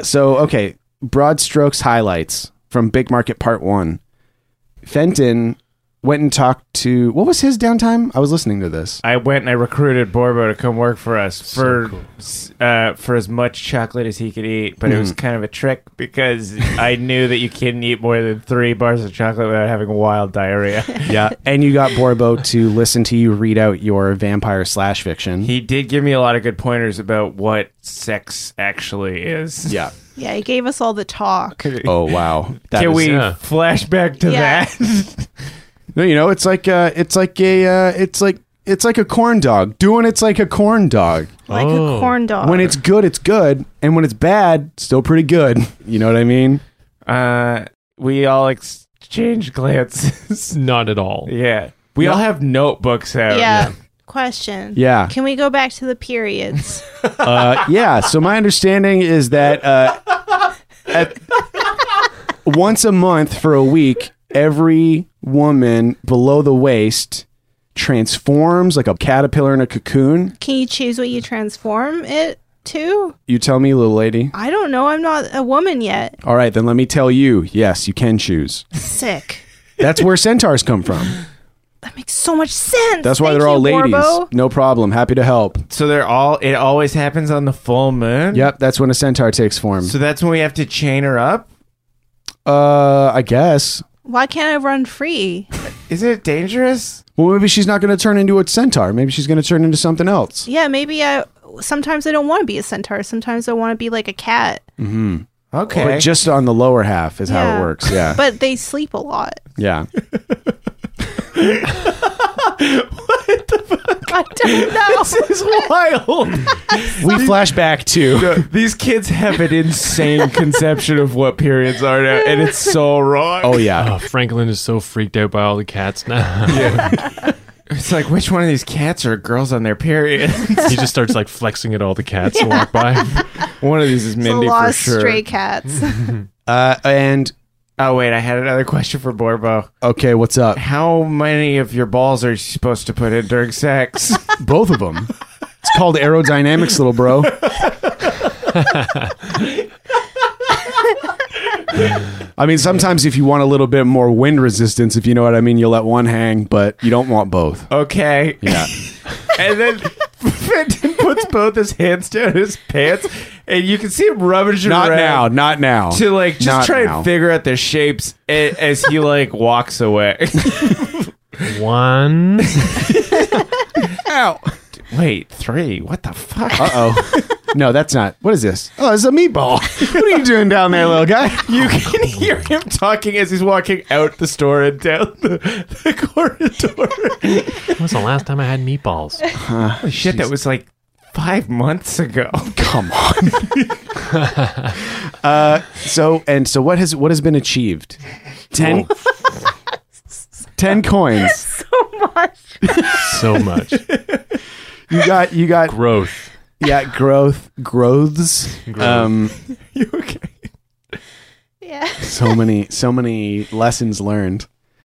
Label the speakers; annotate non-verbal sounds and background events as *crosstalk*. Speaker 1: So, okay, broad strokes highlights from Big Market Part 1. Fenton went and talked to what was his downtime? I was listening to this.
Speaker 2: I went and I recruited Borbo to come work for us for s uh, for as much chocolate as he could eat, but it was kind of a trick because I knew that you couldn't eat more than three bars of chocolate without having wild diarrhea.
Speaker 1: Yeah. And you got Borbo to listen to you read out your vampire slash fiction.
Speaker 2: he did give me a lot of good pointers about what sex actually is.
Speaker 1: yeah.
Speaker 3: Yeah, he gave us all the talk.
Speaker 1: Oh, wow. That
Speaker 2: Can
Speaker 1: is-
Speaker 2: we
Speaker 4: yeah.
Speaker 2: flash back to
Speaker 3: Yeah.
Speaker 2: that? *laughs*
Speaker 1: No, you know, it's like uh it's like a uh, it's like it's like a corn dog. Doing it's like a corn dog.
Speaker 3: Like
Speaker 4: Oh.
Speaker 3: a corn dog.
Speaker 2: Uh.
Speaker 1: When it's good, it's good, and when it's bad, still pretty good. You know what I mean?
Speaker 2: uh, we all exchange glances. *laughs*
Speaker 4: Not at all.
Speaker 2: yeah. We all have notebooks out.
Speaker 3: yeah. Question.
Speaker 1: Yeah.
Speaker 3: Can we go back to the
Speaker 1: *laughs*
Speaker 3: periods?
Speaker 1: Uh, yeah. So my understanding is that uh, at, once a month for a week, every woman below the waist transforms like a caterpillar in a cocoon.
Speaker 3: Can you choose what you transform it to?
Speaker 1: You tell me, little lady.
Speaker 3: I don't know. I'm not a woman yet.
Speaker 1: All right, then let me tell you. Yes, you can choose.
Speaker 3: Sick.
Speaker 1: That's where centaurs come from.
Speaker 3: That makes so much sense.
Speaker 1: That's why
Speaker 3: Thank
Speaker 1: they're all
Speaker 3: you,
Speaker 1: ladies.
Speaker 3: Borbo.
Speaker 1: No problem. Happy to help.
Speaker 2: So they're all. It always happens on the full moon.
Speaker 1: Yep, that's when a centaur takes form.
Speaker 2: So that's when we have to chain her up.
Speaker 1: Uh, I guess.
Speaker 3: Why can't I run free?
Speaker 2: Is it dangerous?
Speaker 1: Well, maybe she's not going to turn into a centaur. Maybe she's going to turn into something else.
Speaker 3: Yeah, maybe I. Sometimes I don't want to be a centaur. Sometimes I want to be like
Speaker 1: *laughs*
Speaker 3: a cat.
Speaker 2: Okay.
Speaker 1: But just on the lower half is how
Speaker 3: Yeah.
Speaker 1: it works. Yeah.
Speaker 3: But they sleep a lot.
Speaker 1: yeah.
Speaker 3: I
Speaker 1: *laughs*
Speaker 3: don't know.
Speaker 2: is wild.
Speaker 1: *laughs* We flash back to.
Speaker 2: These kids have an
Speaker 1: *laughs*
Speaker 2: insane conception of what periods are now, and it's so wrong.
Speaker 1: Oh, yeah.
Speaker 4: *laughs* Oh, Franklin is so freaked out by all the cats now. *laughs*
Speaker 2: It's like which one of these cats are girls on their period? *laughs*
Speaker 4: he just starts like flexing at all the cats that walk by.
Speaker 2: one of these is
Speaker 3: It's a
Speaker 2: Mindy for
Speaker 3: lost
Speaker 2: sure.
Speaker 3: stray
Speaker 1: *laughs*
Speaker 3: cats. *laughs*
Speaker 1: Uh, and,
Speaker 2: Oh wait, I had another question for Borbo.
Speaker 1: okay, what's up?
Speaker 2: How many of your balls are you supposed to put in
Speaker 1: *laughs*
Speaker 2: during sex?
Speaker 1: Both of them. It's called aerodynamics, little bro. I mean, sometimes if you want a little bit more wind resistance, if you know what I mean, you let one hang, but you don't want both.
Speaker 2: okay.
Speaker 1: *laughs* Yeah.
Speaker 2: And then Fenton puts both his hands down his pants, and you can see him rummaging
Speaker 1: Not
Speaker 2: around.
Speaker 1: now, not now.
Speaker 2: to like just
Speaker 1: Not
Speaker 2: try
Speaker 1: now.
Speaker 2: and figure out the shapes a- as he *laughs* like walks away.
Speaker 4: One.
Speaker 1: Ow.
Speaker 2: Wait, three? What the fuck?
Speaker 1: Uh *laughs* oh. No, that's not. What is this? Oh, it's a meatball. *laughs* What are you doing down there, little guy?
Speaker 2: You can hear him talking as he's walking out the store and down the, the corridor.
Speaker 4: When was the last time I had meatballs?
Speaker 2: Holy shit, that was like five months ago.
Speaker 1: Come on. uh, so and so, what has what has been achieved? Ten. Ten coins.
Speaker 4: So much
Speaker 1: You got. You got.
Speaker 4: growth.
Speaker 1: Yeah, growth. Growths. Um,
Speaker 2: You okay?
Speaker 3: yeah.
Speaker 1: so many. So many lessons learned.